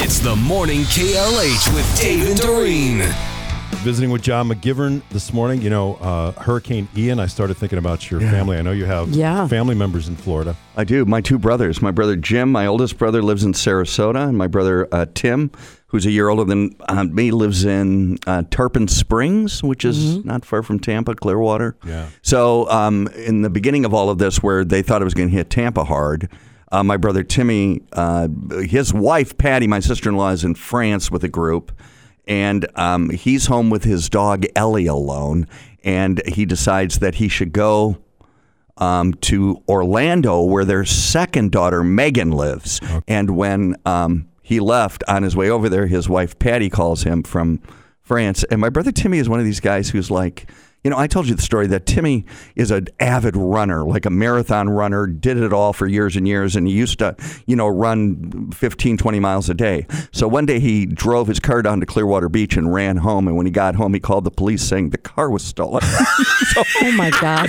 It's the morning KLH with Dave and Doreen. Visiting with John McGivern this morning. You know, uh, Hurricane Ian, I started thinking about your family. I know you have Yeah. family members in Florida. I do. My two brothers. My brother Jim, my oldest brother, lives in Sarasota, and my brother uh, Tim, who's a year older than uh, me, lives in uh, Tarpon Springs, which is not far from Tampa, Clearwater. Yeah. So, um, in the beginning of all of this, where they thought it was going to hit Tampa hard. Uh, my brother Timmy, uh, his wife Patty, my sister in law, is in France with a group, and um, he's home with his dog Ellie alone. And he decides that he should go um, to Orlando, where their second daughter Megan lives. And when um, he left on his way over there, his wife Patty calls him from France. And my brother Timmy is one of these guys who's like, you know, I told you the story that Timmy is an avid runner, like a marathon runner, did it all for years and years. And he used to, you know, run 15, 20 miles a day. So one day he drove his car down to Clearwater Beach and ran home. And when he got home, he called the police saying the car was stolen. Oh my God.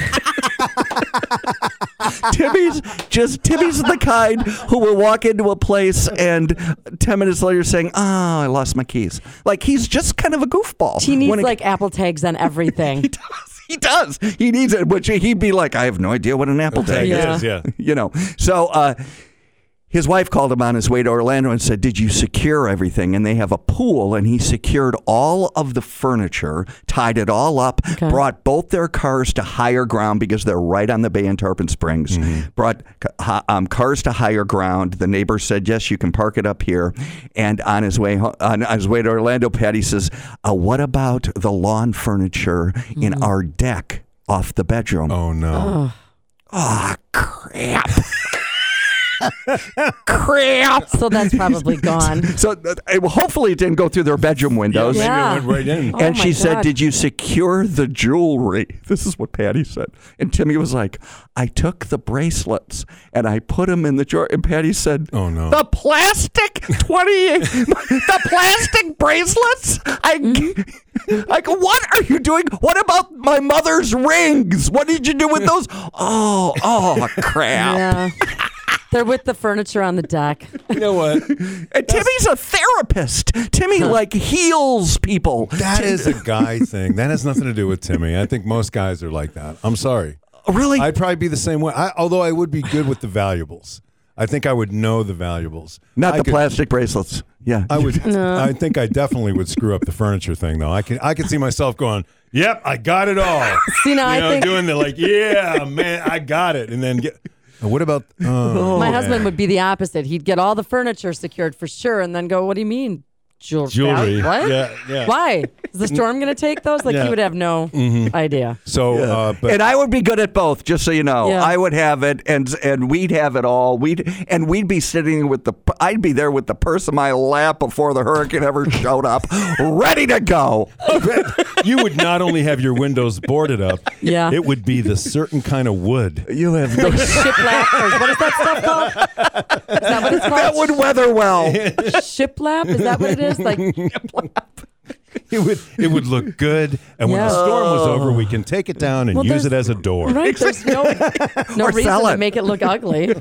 Timmy's just Timmy's the kind who will walk into a place and ten minutes later saying, "Ah, I lost my keys." Like he's just kind of a goofball. She needs When it- like Apple tags on everything. he does. He does. He needs it. Which he'd be like, "I have no idea what an apple tag Yeah. is." It is, yeah. you know. So uh, his wife called him on his way to Orlando and said, "Did you secure everything?" And they have a pool, and he secured all of the furniture, tied it all up, brought both their cars to higher ground because they're right on the bay in Tarpon Springs. Brought ca- um, cars to higher ground. The neighbor said, "Yes, you can park it up here." And on his way ho- on his way to Orlando, Patty says, uh, "What about the lawn furniture in our deck?" Off the bedroom. Oh, no. Ah, crap. crap. So that's probably gone. So uh, it- hopefully it didn't go through their bedroom windows. Yeah. Maybe it went right in. Oh. And she my said, God. Did you secure the jewelry? This is what Patty said. And Timmy was like, I took the bracelets and I put them in the drawer. And Patty said, Oh, no. The plastic 20, the plastic bracelets? Mm-hmm. I, like, what are you doing? What about my mother's rings? What did you do with those? Oh, oh, crap. Yeah. They're with the furniture on the deck. You know what? And Timmy's a therapist. Timmy like heals people. That Ti- is a guy thing. That has nothing to do with Timmy. I think most guys are like that. I'm sorry. really. I'd probably be the same way. I, although I would be good with the valuables. I think I would know the valuables. not I the could- plastic bracelets. Yeah. I would. I think I definitely would screw up the furniture thing, though. I can. I can see myself going. Yep, I got it all. See, now you I know, think- doing the like, yeah, man, I got it, and then get. And What about oh, My man. husband would be the opposite. He'd get all the furniture secured for sure and then go, What do you mean? Jewel- Jewelry. What? Yeah, yeah. Why? Is the storm going to take those? Like, Yeah. Mm-hmm. he would have no idea. So, uh, but and I would be good at both, just so you know. Yeah. I would have it, and and we'd have it all. We'd and we'd be sitting with the. I'd be there with the purse in my lap before the hurricane ever showed up, ready to go. you would not only have your windows boarded up, Yeah. it would be the certain kind of wood. You have no. Shiplap. Or what is that stuff called? Is that what it's called? that would weather well. Shiplap? Is that what it is? Like, It would it would look good, and when the Yeah. storm was over, Oh. we can take it down and Well, use there's- it as a door. right? There's no, no Or reason sell to it. make it look ugly.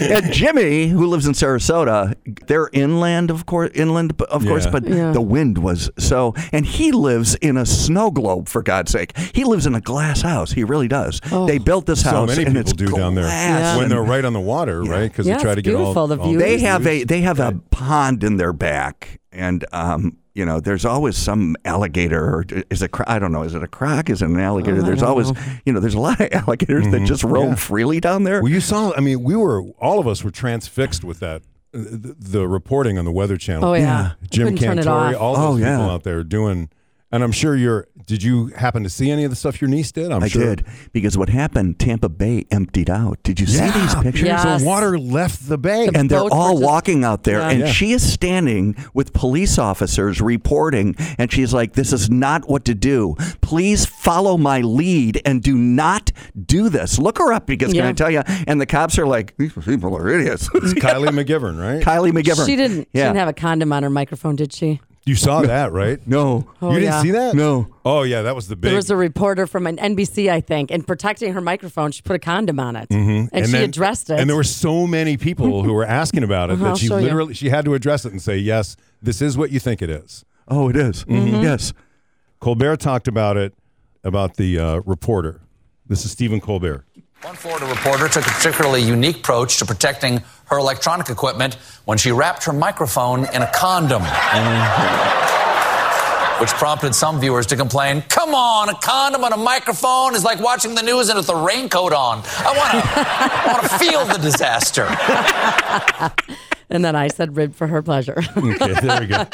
and Jimmy, who lives in Sarasota, they're inland, of course, inland, of course, Yeah. but Yeah. the wind was so. And he lives in a snow globe, for God's sake. He lives in a glass house. He really does. They built this So house, many and people it's do down there glass. when they're right on the water, right? Because Yeah, they try it's to get all beautiful, the all- view. they have a they have a pond in their back, and um, you know, there's always some alligator. Or is it? cro- I don't know. Is it a croc? Is it an alligator? there's always, you know, there's a lot of alligators Mm-hmm. that just roam freely down there. Well, you saw. I mean, we were all of us were transfixed with that. The, the reporting on the Weather Channel. Oh, yeah. Yeah. Jim Couldn't turn it Cantori, off. all those Oh, yeah. people out there doing. And I'm sure you're. Did you happen to see any of the stuff your niece did? I'm I sure. did because what happened? Tampa Bay emptied out. Did you see these pictures? Yeah. Yes. The water left the bay. And they're Boats were all just- walking out there, Yeah. and Yeah. she is standing with police officers reporting, and she's like, "This is not what to do. Please follow my lead and do not do this." Look her up because Yeah. can I tell you? And the cops are like, "These people are idiots." Kylie McGivern, right? Kylie McGivern. She didn't. She Yeah. didn't have a condom on her microphone, did she? You saw that, right? No. Oh, you didn't yeah. see that? No. Oh yeah, that was the big. There was a reporter from an NBC, I think, and protecting her microphone, she put a condom on it, and, she then- addressed it. Mm-hmm. And there were so many people who were asking about it Uh-huh, I'll that she show you. literally she had to address it and say, "Yes, this is what you think it is." Oh, it is. Mm-hmm. Yes. Colbert talked about it about the uh, reporter. This is Stephen Colbert. One Florida reporter took a particularly unique approach to protecting her electronic equipment when she wrapped her microphone in a condom. Which prompted some viewers to complain, come on, a condom on a microphone is like watching the news and with a raincoat on. I wanna, I wanna feel the disaster. and then I said, rib for her pleasure. Okay, there we go.